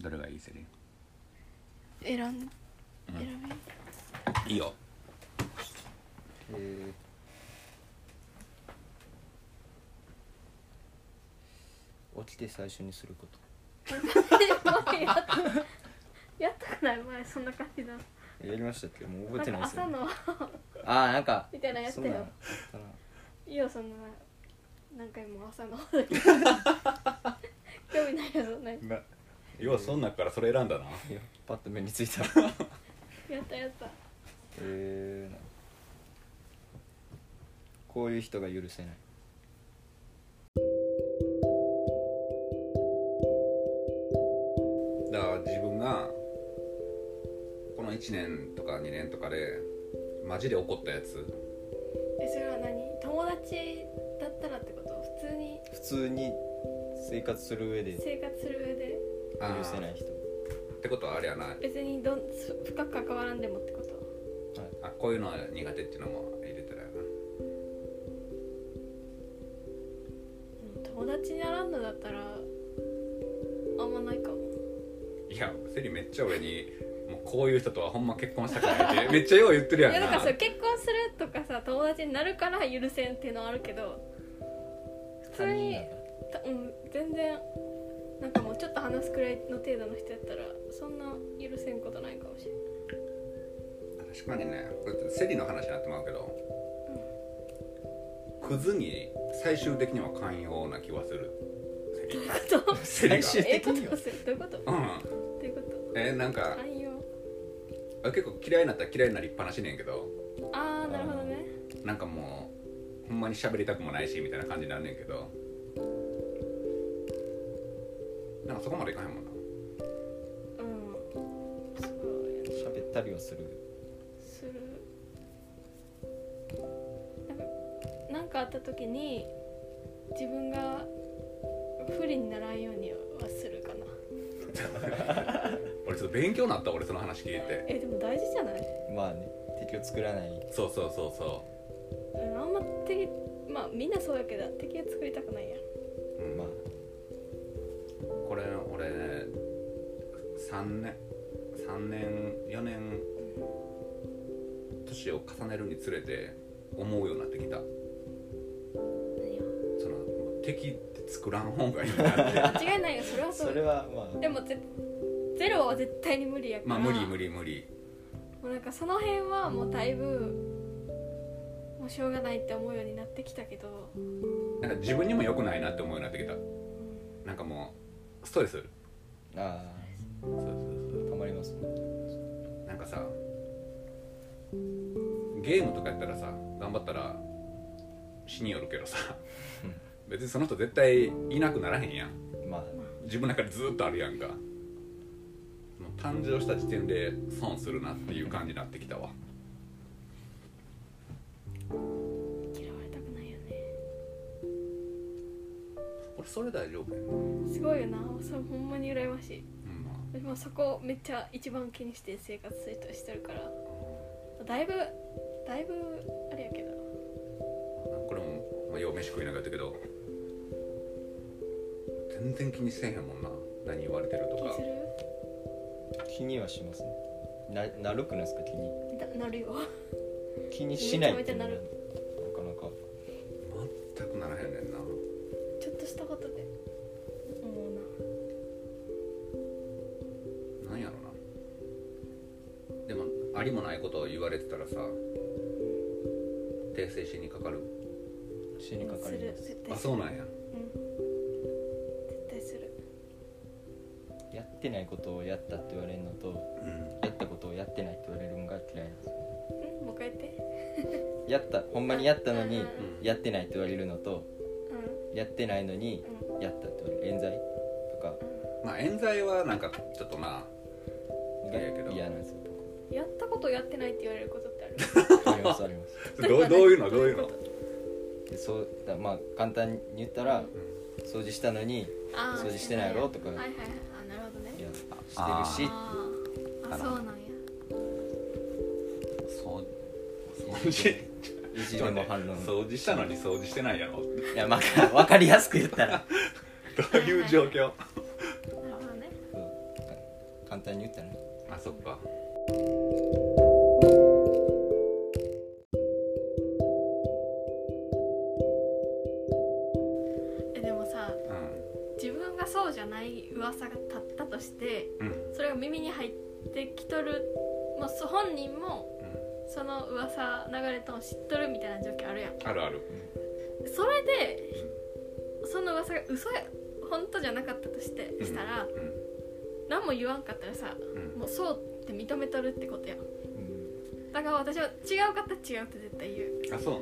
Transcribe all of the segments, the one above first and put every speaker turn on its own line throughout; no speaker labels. どれがいいセリ
選ん
うん
選べ
いいよ
えー、起きて最初にすること
やったやったくない前そんな感じだ
えやりましたっけもう覚
な
え
ん
てない
か
ですよ
朝の
ああなんか
みたいなやつ
そ
だ
んな
よ
んあったない
いよそんな何回も朝の興味ないよそんなや
な要はそんなからそれ選んだない
やパッと目についた
ったやった
えー、なこういう人が許せない
だから自分がこの1年とか2年とかでマジで怒ったやつ
えそれは何友達だったらってこと普通に
普通に生活する上で許
生活する上で
あー
せない人
ってことはあれやな
別にどんそ深く関わらんでもってこと
あこういうのは苦手っていうのも入れたらやな
うん友達にならんのだったらあんまないかも
いやセリめっちゃ俺にもうこういう人とはほんま結婚したくない ってめっちゃよう言ってる
い
やん
や
な
だからそれ結婚するとかさ友達になるから許せんっていうのはあるけど普通に
他人だから
たうん全然なんかもうちょっと話すくらいの程度の人やったらそんな許せんことないかもしれない
確かにねこれってセリの話になってまうけど、クズに最終的には寛容な気はするセリ
どういうこと
セリが
最終
ええ
的
こ
に
と
は
するどういうことど
うん
ういうこと
えなんか
寛容
あ結構嫌いになったら嫌いになりっぱなしねんけど
ああなるほどね
なんかもうほんまに喋りたくもないしみたいな感じになんねんけどなんかそこまでいかへんもんな
うんそうやね
喋ったりはする
するなんかなんかあった時に自分が不利にならんようにはするかな
俺ちょっと勉強になった俺その話聞いて
えでも大事じゃない
まあね敵を作らない
そうそうそうそ
うんあんま敵まあみんなそうやけど敵を作りたくないやん
う、うん
まあ
これ俺ね3年3年4年年を重ねるにつれて思うようになってきた
何を
その敵って作らん方がいい なって
間違いないよそれはそう
それはまあ
でもぜゼロは絶対に無理やから
まあ無理無
理
理無理
もうなんかその辺はもうだいぶもうしょうがないって思うようになってきたけど
なんか自分にも良くないなって思うようになってきたなんかもうストレス
あ
そうそう
あたまりますもん
そうなんかさゲームとかやったらさ頑張ったら死によるけどさ別にその人絶対いなくならへんやん
まあ
自分の中でずっとあるやんかもう誕生した時点で損するなっていう感じになってきたわ
嫌われたくないよね
俺それ大丈夫やな
すごいよなそれほんまに羨ましい
うんま
私もそこめっちゃ一番気にして生活する人してるからだいぶだいぶあれやけど
あこれも、まあ、よう飯食いながらやったけど全然気にせえへんもんな何言われてると
気に
か
する
気にはしますねななるくないですか気に
ななるよ
気にしないっていうのが
めち
なかなか
全くならへんねんな
ちょっとしたことで思うな
なんやろなでもありもないことを言われてたらさ訂正しにかかる
死にかかり
する
ます
絶対
あ
する
そうなんや
うん絶対する
やってないことをやったって言われるのと
うん
やったことをやってないって言われるのが嫌いなんです
うんもう一回言って
やったほんまにやったの
う
に
ん
うん
やってないって言われるのと
う
やってないの
ん
にやったって言われる冤罪とか
まあ冤罪はなんかちょっとな
が
いやけど
嫌なんですよ
うんやったことやってないって言われることってある
ありますあります
どうどういうのどういうの
でそうだまあ簡単に言ったら掃除したのに
あー
掃除してないやろとか
はいはいはいあなるほどね
いやしてるし
あーあ
あら
そうなんや
掃除掃除
意地でも反論
掃除したのに掃除してないやろど
いやまあ分かりやすく言ったら
ういう状況
なるほどね
そう単に言ったらね
あそっか
えでもさ
う
自分がそうじゃない噂が立ったとして
んうん
それが耳に入ってきとる、まあ、そ本人も
うん
その噂流れとん知っとるみたいな状況あるやん
あるある
それでその噂が嘘や本当じゃなかったとして
うん
したら
うん
何も言わんかったらさ
うん
もうそうって認めとるってことやんだから私は違うかったら違うって絶対言う
あそう
う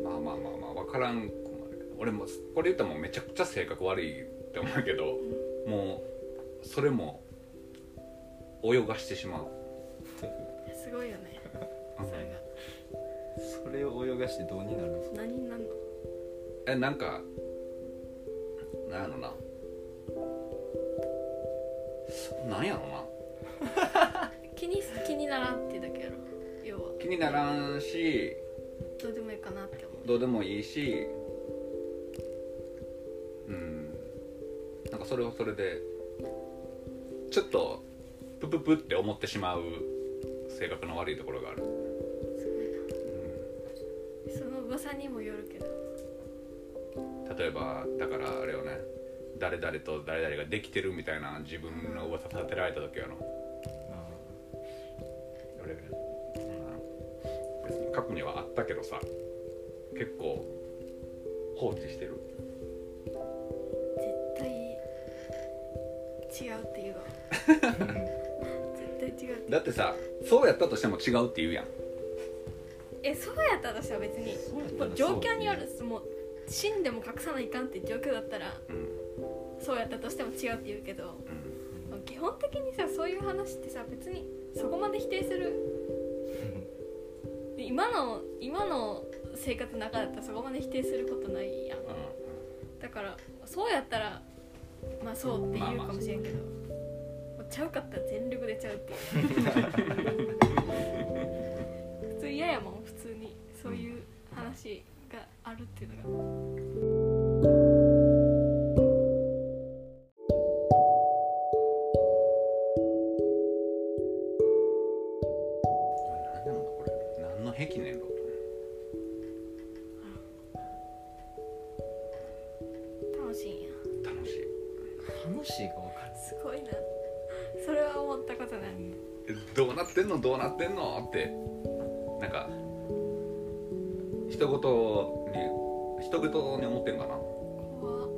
ん
なのまあまあまあまあ分からんくもあるけど俺もこれ言ったらもうめちゃくちゃ性格悪いって思うけどもうそれも泳がしてしまう
すごいよね
うん
それが
それを泳がしてどうになるんですか
何になんの
えなんかなんやろななんやろな
気に気にならんってだけやろ要は
気にならんし
どうでもいいかなって思う
どうでもいいしうんなんかそれはそれでちょっとプププって思ってしまう性格の悪いところがある、
すごいな
う
その噂にもよるけど
ん、例えばだからあれよね誰々と誰々ができてるみたいな自分の噂立てられた時やの俺うん別に過去にはあったけどさ結構放置してる
絶対違うって言うわ絶対違うって
だってさそうやったとしても違うって言うやん
えそうやったとしたら別に
そうやったら
もう状況によるもう死んでも隠さないかんっていう状況だったら
うん
そうやったとしても違うって言うけど
うん
基本的にさそういう話ってさ別にそこまで否定する今の今の生活の中だったらそこまで否定することないやんだからそうやったらまあそうって言うかもしれんけど、もうちゃうかったら全力でちゃう っていう普通嫌やもん普通にそういう話があるっていうのが
何なのこれ何の壁ねんろ
楽しいんや
楽しい
楽しいか分かる
すごいなそれは思ったことない
えどうなってんのどうなってんのってなんか一言に一言に思ってんかな
怖っ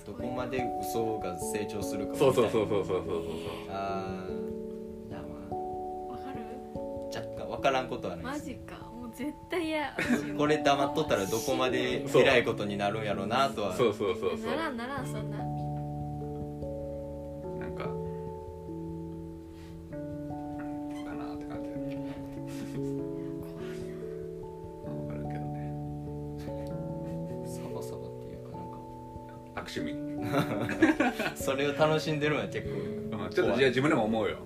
す
ど
ごい
こまで嘘が成長するか
そうそうそううそうそうそう
あーじゃあま
わかる
あ若干分からんことはない
マ
です
ジかもう絶対 嫌
これ黙っとったらどこまで
そう
偉いことになるんやろうなとは
そうそうそうそう
ならんならんそんな
そうなんかうんかなって感じ まあわかるけどね
サバサバっていうかな
悪趣味、うん
かそれを楽しんでるのは結構
ん、ちょっとじゃあ自分でも思うよ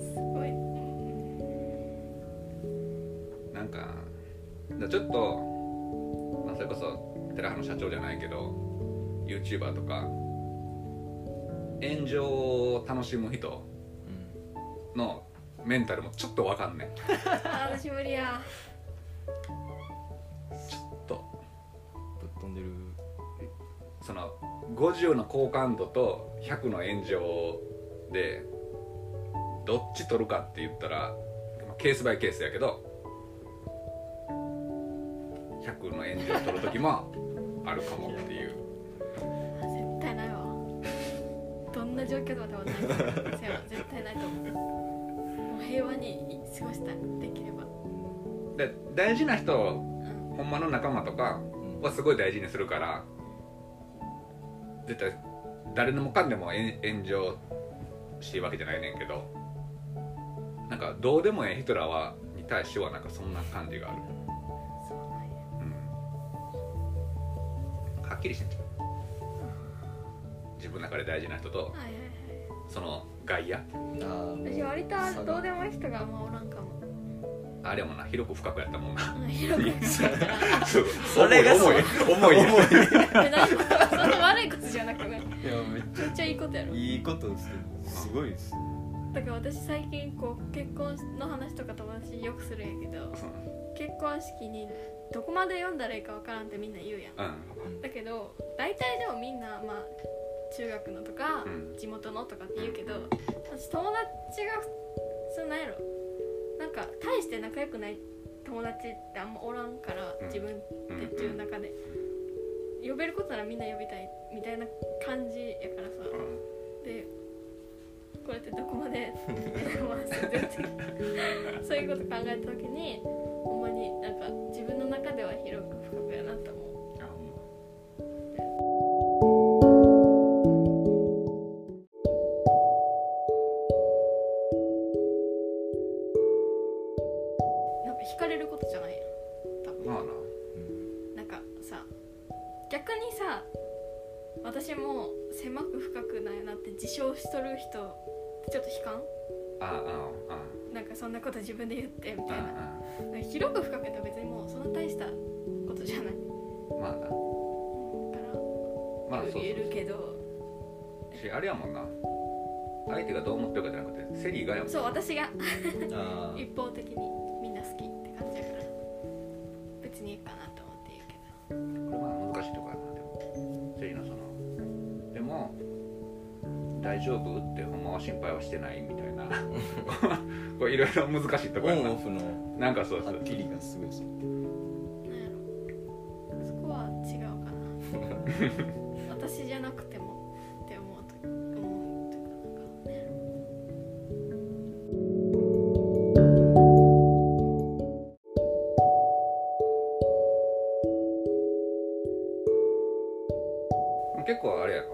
すごい
なんかだからちょっと、まあ、それこそ寺原の社長じゃないけど YouTuber とか炎上を楽しむ人
うん
のメンタルもちょっとわかんね
あー私無理や
えと
ぶっ飛んでる
その50の好感度と100の炎上でどっち取るかって言ったらまあケースバイケースやけど100の炎上取る時もあるかもっていう
絶対ないわどんな状況でも多分ないせやわ絶対ないと思うもう平和に過ごしたいできれば
で大事な人をほんまの仲間とか
うん
はすごい大事にするから絶対誰のもかんでも炎炎上してるわけじゃないねんけどなんかどうでもええ人らはに対してはなんかそんな感じがある、
そうなんや
うん、はっきりしてんちゃう自分の中で大事な人と
はい
その外野
あーもう
はいはい私割とあのどうでもいい人があんまおらんかも
あれもな広く深くや ったもんな
うん広く
そう
それがそう
重い重い重い
えなんかそんな悪いことつじゃなくない
いやめっ
めっちゃいいことやろ
いいことですすごいです
だから私最近こう結婚の話とか友達によくするんやけど結婚式にどこまで読んだらいいかわからんってみんな言うやん
うん
だけど大体でもみんなまあ中学のとか
うん
地元のとかって言うけど私友達がそんなんやろなんか大して仲良くない友達ってあんまおらんから
うん
自分
うん
鉄柱の中で呼べることならみんな呼びたいみたいな感じやからさでこれってどこまでまあそう全然そういうこと考えた時にほんまになんか自分の中では広く深くやなと思うなんか惹かれることじゃないやん多分
まあな
なんかさ逆にさ私も狭く深くないなって自称しとる人ってちょっと悲観
ああああ
なんかそんなこと自分で言ってみ
あ
たいななんか広く深くやったら別にもうそんな大したことじゃない
あまあなま
か
あ
ら
そうそう
言えるけど
しあれやもんな相手がどう思ってるかじゃなくてセリーがやもん
そう私が
あー
一方的にみんな好きって感じやから別にいいかなと思って言うけ
これまあ難しいとこやなでもセリーのそのでも大丈夫ってほんまは心配はしてないみたいなこれいろいろ難しいとこ
オ
や
ン
な
オフの
なんかそうそ
は
う
っきりがすごいですね
どなんやろそこは違うかな私じゃなくてもって思うと思うというかなんかね
結構あれやろ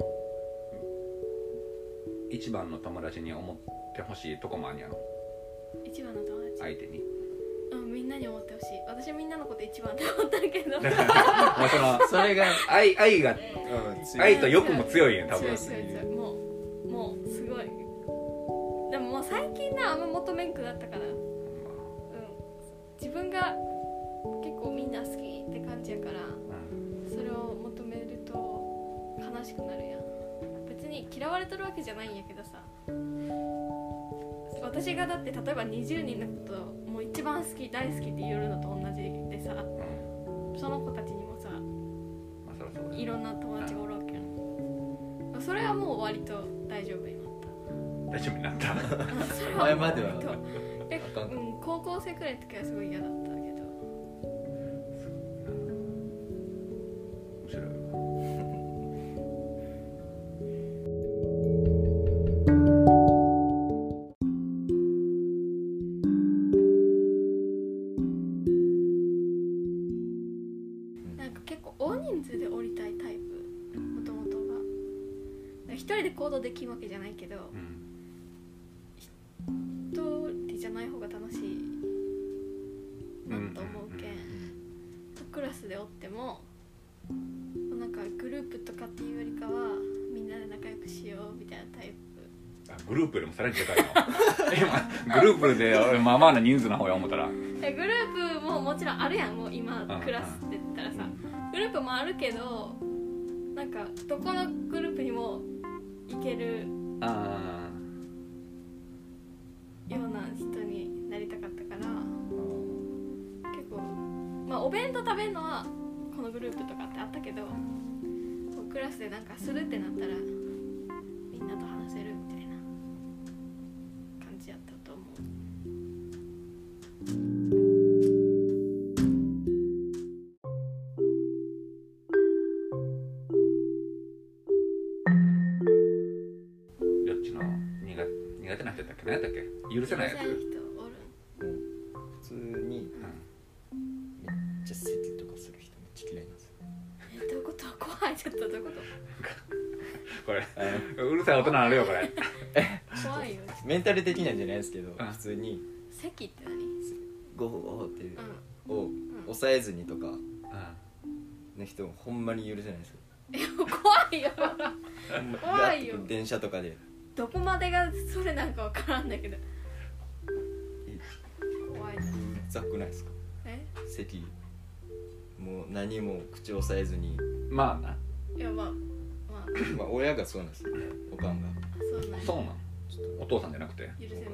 一番の友達に思ってほしいとこもあんやろ
一番の友達、
相手に
うん、みんなに思ってほしい私みんなのこと一番って思ったけど
だからもうその
それが
愛愛が愛と
よ
欲も強いんや多分
強い強い強いもうもうすごいでももう最近なあんま求めんくなったから、うん、自分が結構みんな好きって感じやから
うん
それを求めると悲しくなるやん別に嫌われてるわけじゃないんやけどさ私がだって例えば20人のことをもう一番好き大好きって言えるのと同じでさ
うん
その子たちにもさ
まあそりゃそうだ
いろんな友達がおるわけやんそれはもう割と大丈夫 にな
大
った
丈夫にな った
あそれ
前
は
ま
割と
では
え
あかんか
うん、高校生くらいの時はすごい嫌だったけど
面白いわ
なんか結構大人数で降りたいタイプもともとがなんか一人で行動できるわけじゃないけど
うん
一人じゃない方が楽しいなと思うけんクラスでおってもなんかグループとかっていうよりかはみんなで仲良くしようみたいなタイプ
あグループよりもさらにでかいな 今グループで俺まあまあな人数の方や思ったら
えグループももちろんあるやんもう今
うん
クラスって言ったら
う
さ
ん
グループもあるけどなんかどこのグループにも行ける
あ
ような人になりたかったから結構まあお弁当食べるのはこのグループとかってあったけどこうクラスでなんかするってなったらみんなと話せるみたいな感じやったと思う。
ーどっちの苦苦手な人だっけ何やったっけ許せないやつ
小さ人おるん
普通に
う
めっちゃせきとかする人めっちゃ嫌いなんですよ
えどういうこと怖いちょっとどういうこ
んこれうるさい大人なるよこれ
と怖いよ
メンタル的なんじゃないですけど
うん
普通に
席って何うん
ゴホゴホっていうのを抑えずにとかの人ほんまに許せないですよ
え怖いよ
ほんま
怖いよ
ガーッて電車とかで
どこまでがそれなんかわからんだけど怖いな
うざくないですか
え
席もう何も口を押さえずに
まあない
やまあまあ
まあ親がそうなんですよねおかんがも
そうなんや
そうなんお父さんじゃなくて
許せない
う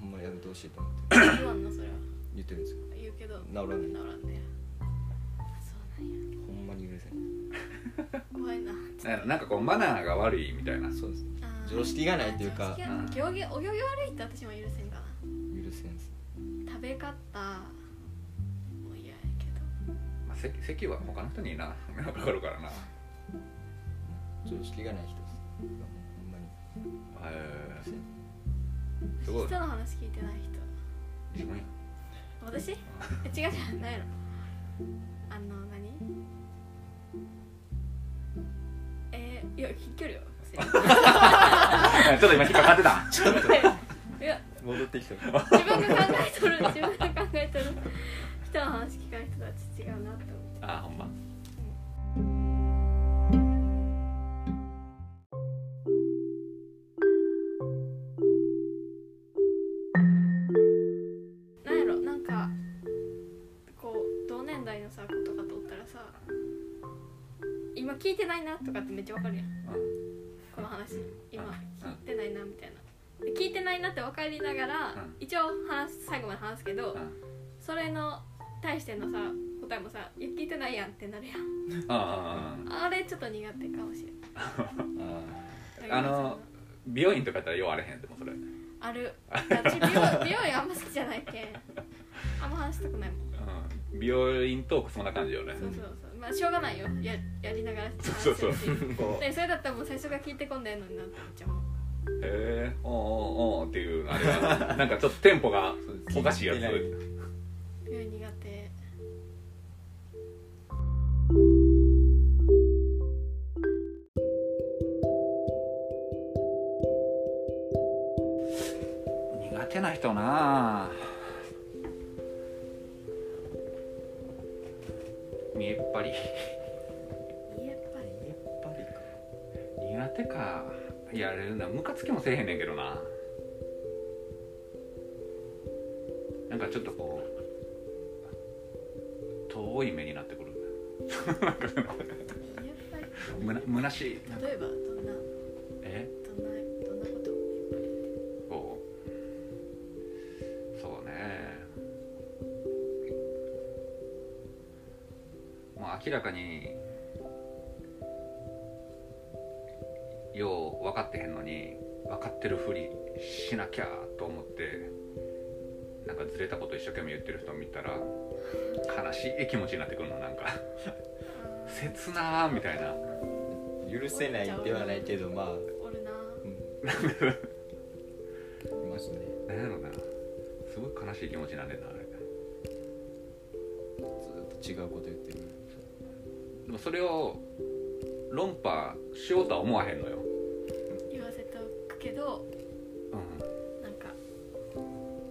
ほんまやめてほしいと思って
言わんのそれは
言ってるんですよ
言うけど
治らない
治らんねそうなんや
ほんまに許せない
怖いな
ななんかこうマナーが悪いみたいな
そうです
あー
常識がないっていうか
常識がない行儀お行儀悪いって私も許せんかな
許せんです
食べ方も嫌やけど
まあ席席は他の人にな迷惑かかるからなへ
常識がない人ですほんまに
え
許せん
すごい
人の話聞いてない人
自分や
私え違う違う何やろあの何えー、いや聞距離よ
ちょっと今引っかかってた
いや
戻ってきた
自分が考えとる自分が考えとる人の話聞かん人たち違うなって思って
あーほんま
何やろなんかこう同年代のさ子とかとおったらさ今聞いてないなとかってめっちゃわかるやん
うん
この話今
うん
聞いてないなみたいなで聞いてないなって分かりながら、
ん
一応話す最後まで話すけど、
うん
それの対してのさ答えもさ「いや聞いてないやん」ってなるやん
あー
あれちょっと苦手かもしれな
ああ
い
の美容院とかやったらようあれへんでもそれ、うん、
ある私美容美容院あんま好きじゃないけんあんま話したくないもん
美容院トークそんな感じよね
そうそうそうまあしょうがないよややりながら話して
そう
るし
そうこう
でそれだったらもう最初から聞いてこんでんのになって思っちゃうもん
へえおうおうおうっていうあれがなんかちょっとテンポがおかしいやつ
そうです
美容院苦手
苦手な人なあ見えっ張り
やっぱり
やっぱ
苦
りか
手かいやあれなムカつきもせえへんねんけどななんかちょっとこう遠い目になってくるなんか
やっぱり
むなむなしい
例えばどんな
え
どんなどんなこと
こうそうねもう明らかによう分かってへんのに分かってるふりしなきゃと思ってなんかずれたこと一生懸命言ってる人見たら悲しい気持ちになってくるのなんか切なーみたいな
許せないではないけどまあ、う
おるなぁ
ん、いますね
なんやろなすごい悲しい気持ちになんねんなあれ。
ずっと違うこと言ってる
でもそれを論破しようとは思わへんのよ、
言わせておくけどなんか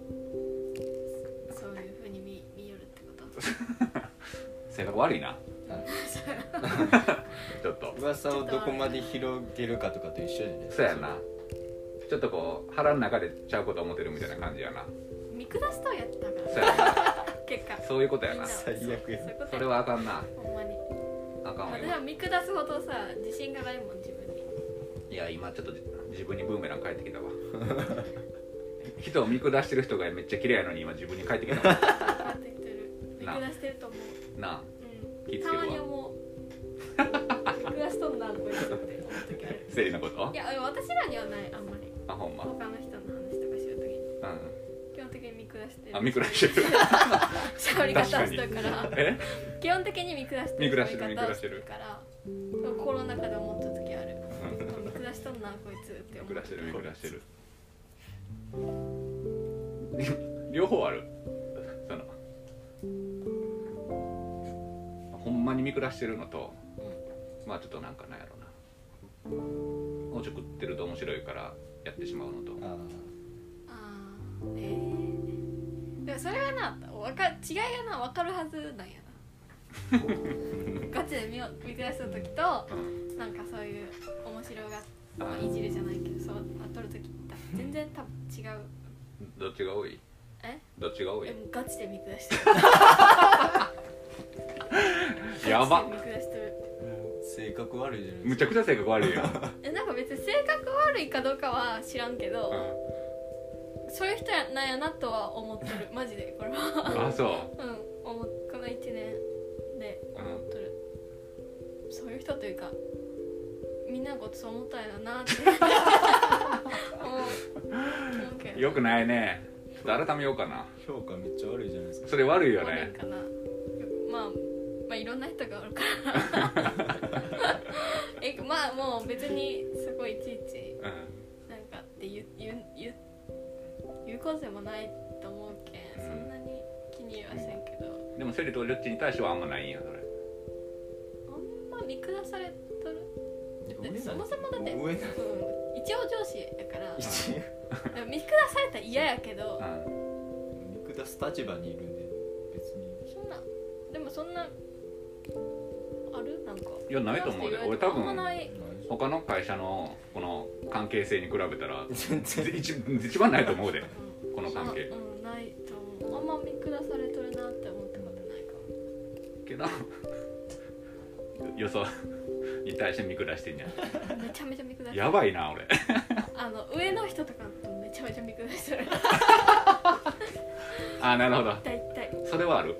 そういうふうに見見よるってこと
性格悪いな
そう
ちょっと
噂をどこまで広げるかとかと一緒じゃない
そうやなちょっとこう腹の中でちゃうこと思ってるみたいな感じやな
見下しとうやったから
そうやな
結果
そういうことやな
みんな
最悪や
そういうこと
それはあかんな
ほんまに
あかんわ
私
今
は見下すほどさ自信がないもん自 分に
いや今ちょっと自分にブーメラン返ってきたわ 人を見下してる人がめっちゃ綺麗やのに今自分に返ってきたわ
分かってきてる見
な
下してると思う、
な
う
気ぃ
ん、
つ
た
けるわ
まに思う見下しとんなこいつって思う時あ
あ
る
生理のこと
いや私らにはないあんまり
あほんま、
他
う
の人の話とかしようときに
ん、
基本的に見下してる
あ見下してる
喋り方しとるから
え
基本的に見下して
見下してる
喋り
見
方
下
を
し
してて
る
るから心の中で思った時ある見下しとんなこいつって思
見
う
下してる見下してる両方あるそのほんまに見下してるのとまあちょっとなんかなんやろなおちょくってると面白いからやってしまうのと
あ
あーえーでもそれはなわか違いがな分かるはずな んやなガチで見よ見下した時と
うん
なんかそういう面白が
あ
まあいじるじゃないけどそうまあ撮る時って全然多分違う
どっちが多い
え
どっちが多
え
い
もうガチで見下してる
やば
ガチで見下してる
あ性格悪いじゃないで
む
す
ちゃくちゃ性格悪いよ、
えなんか別に性格悪いかどうかは知らんけ
うん、
ど、そういう人なんやなとは思ってる マジでこれは
あそ
うん思っこの1年で思っとる、そういう人というかみんなのことそう思ったんやなって 思う思うけ
う
ど
よくないねちょっと改めようかな
か評価めっちゃ悪いじゃないですか
それ悪いよ
悪い
ね
かなまあまあいろんな人がおるから えまあもう別にすごいいちいち
うん
なんかって言う言う言う言うこでもないと思うけん、
うん
そんなに気にはせんけど、
でもセリとルッチに対してはあんまないんやそれ
あんま見下されとる
上なんです
そもそもだって、うん
上 なん、
一応上司や から
一
でも見下されたら嫌やけど
うん
見下す立場にいるんで別に
そんなでもそんなあるなんか
いやないと思うで俺多分
あんまない
他の会社のこの関係性に比べた ら
全然
一一番ないと思うで
うん
この関係
そんなうんないと思うあんま見下されとるなって思ったことないかも
けどよそに対して見下してんじゃん
めちゃめちゃ見下され
やばいな俺
あの上の人とかとめちゃめちゃ見下してる
あなるほど
大体
それはある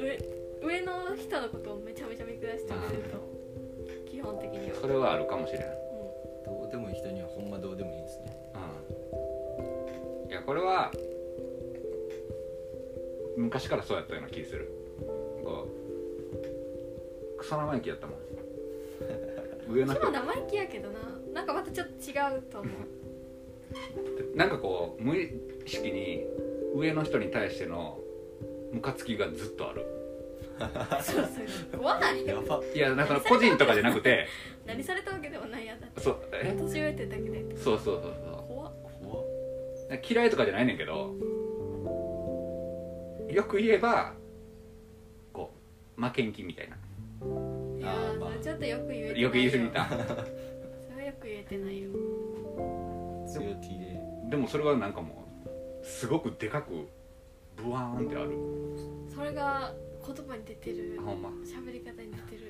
うん上上の人のことをめちゃめちゃ見下してくれると思う基本的には
それはあるかもしれん
う
どうでもいい人にはほんまどうでもいいんですね
うんいやこれは昔からそうやったような気するこうクソ生意気やったもん上
ん
の
うち
人
も生意気やけどななんかまたちょっと違うと思う
なんかこう無意識に上の人に対してのムカつきがずっとある
そうそう怖ない
やば
いやだから個人とかじゃなくて
何されたわけでもないやだって
そうえ
年上ってだけで
そうそうそうそ
怖っ
怖
う
っ
嫌いとかじゃないねんけどよく言えばこう負けん気みたいない
や
あー
ー、
まあ
それちょっとよく言えてない
よく言い過ぎた
それはよく言えてないよ
強気で
でもそれはなんかもうすごくでかくブワーンってある
それが言葉に出てる
あほんま
喋り方に出てる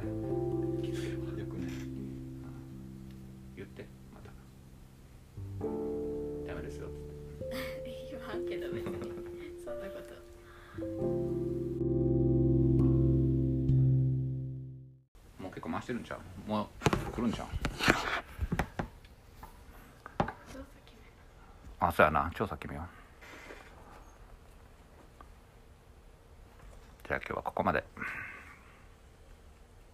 よくない
言ってまたダメですよ
言わんけど別にそんなこと
もう結構回してるんちゃうもう来るんちゃう
どうさ決め
あそうやな調査決めようじゃあ今日はここまで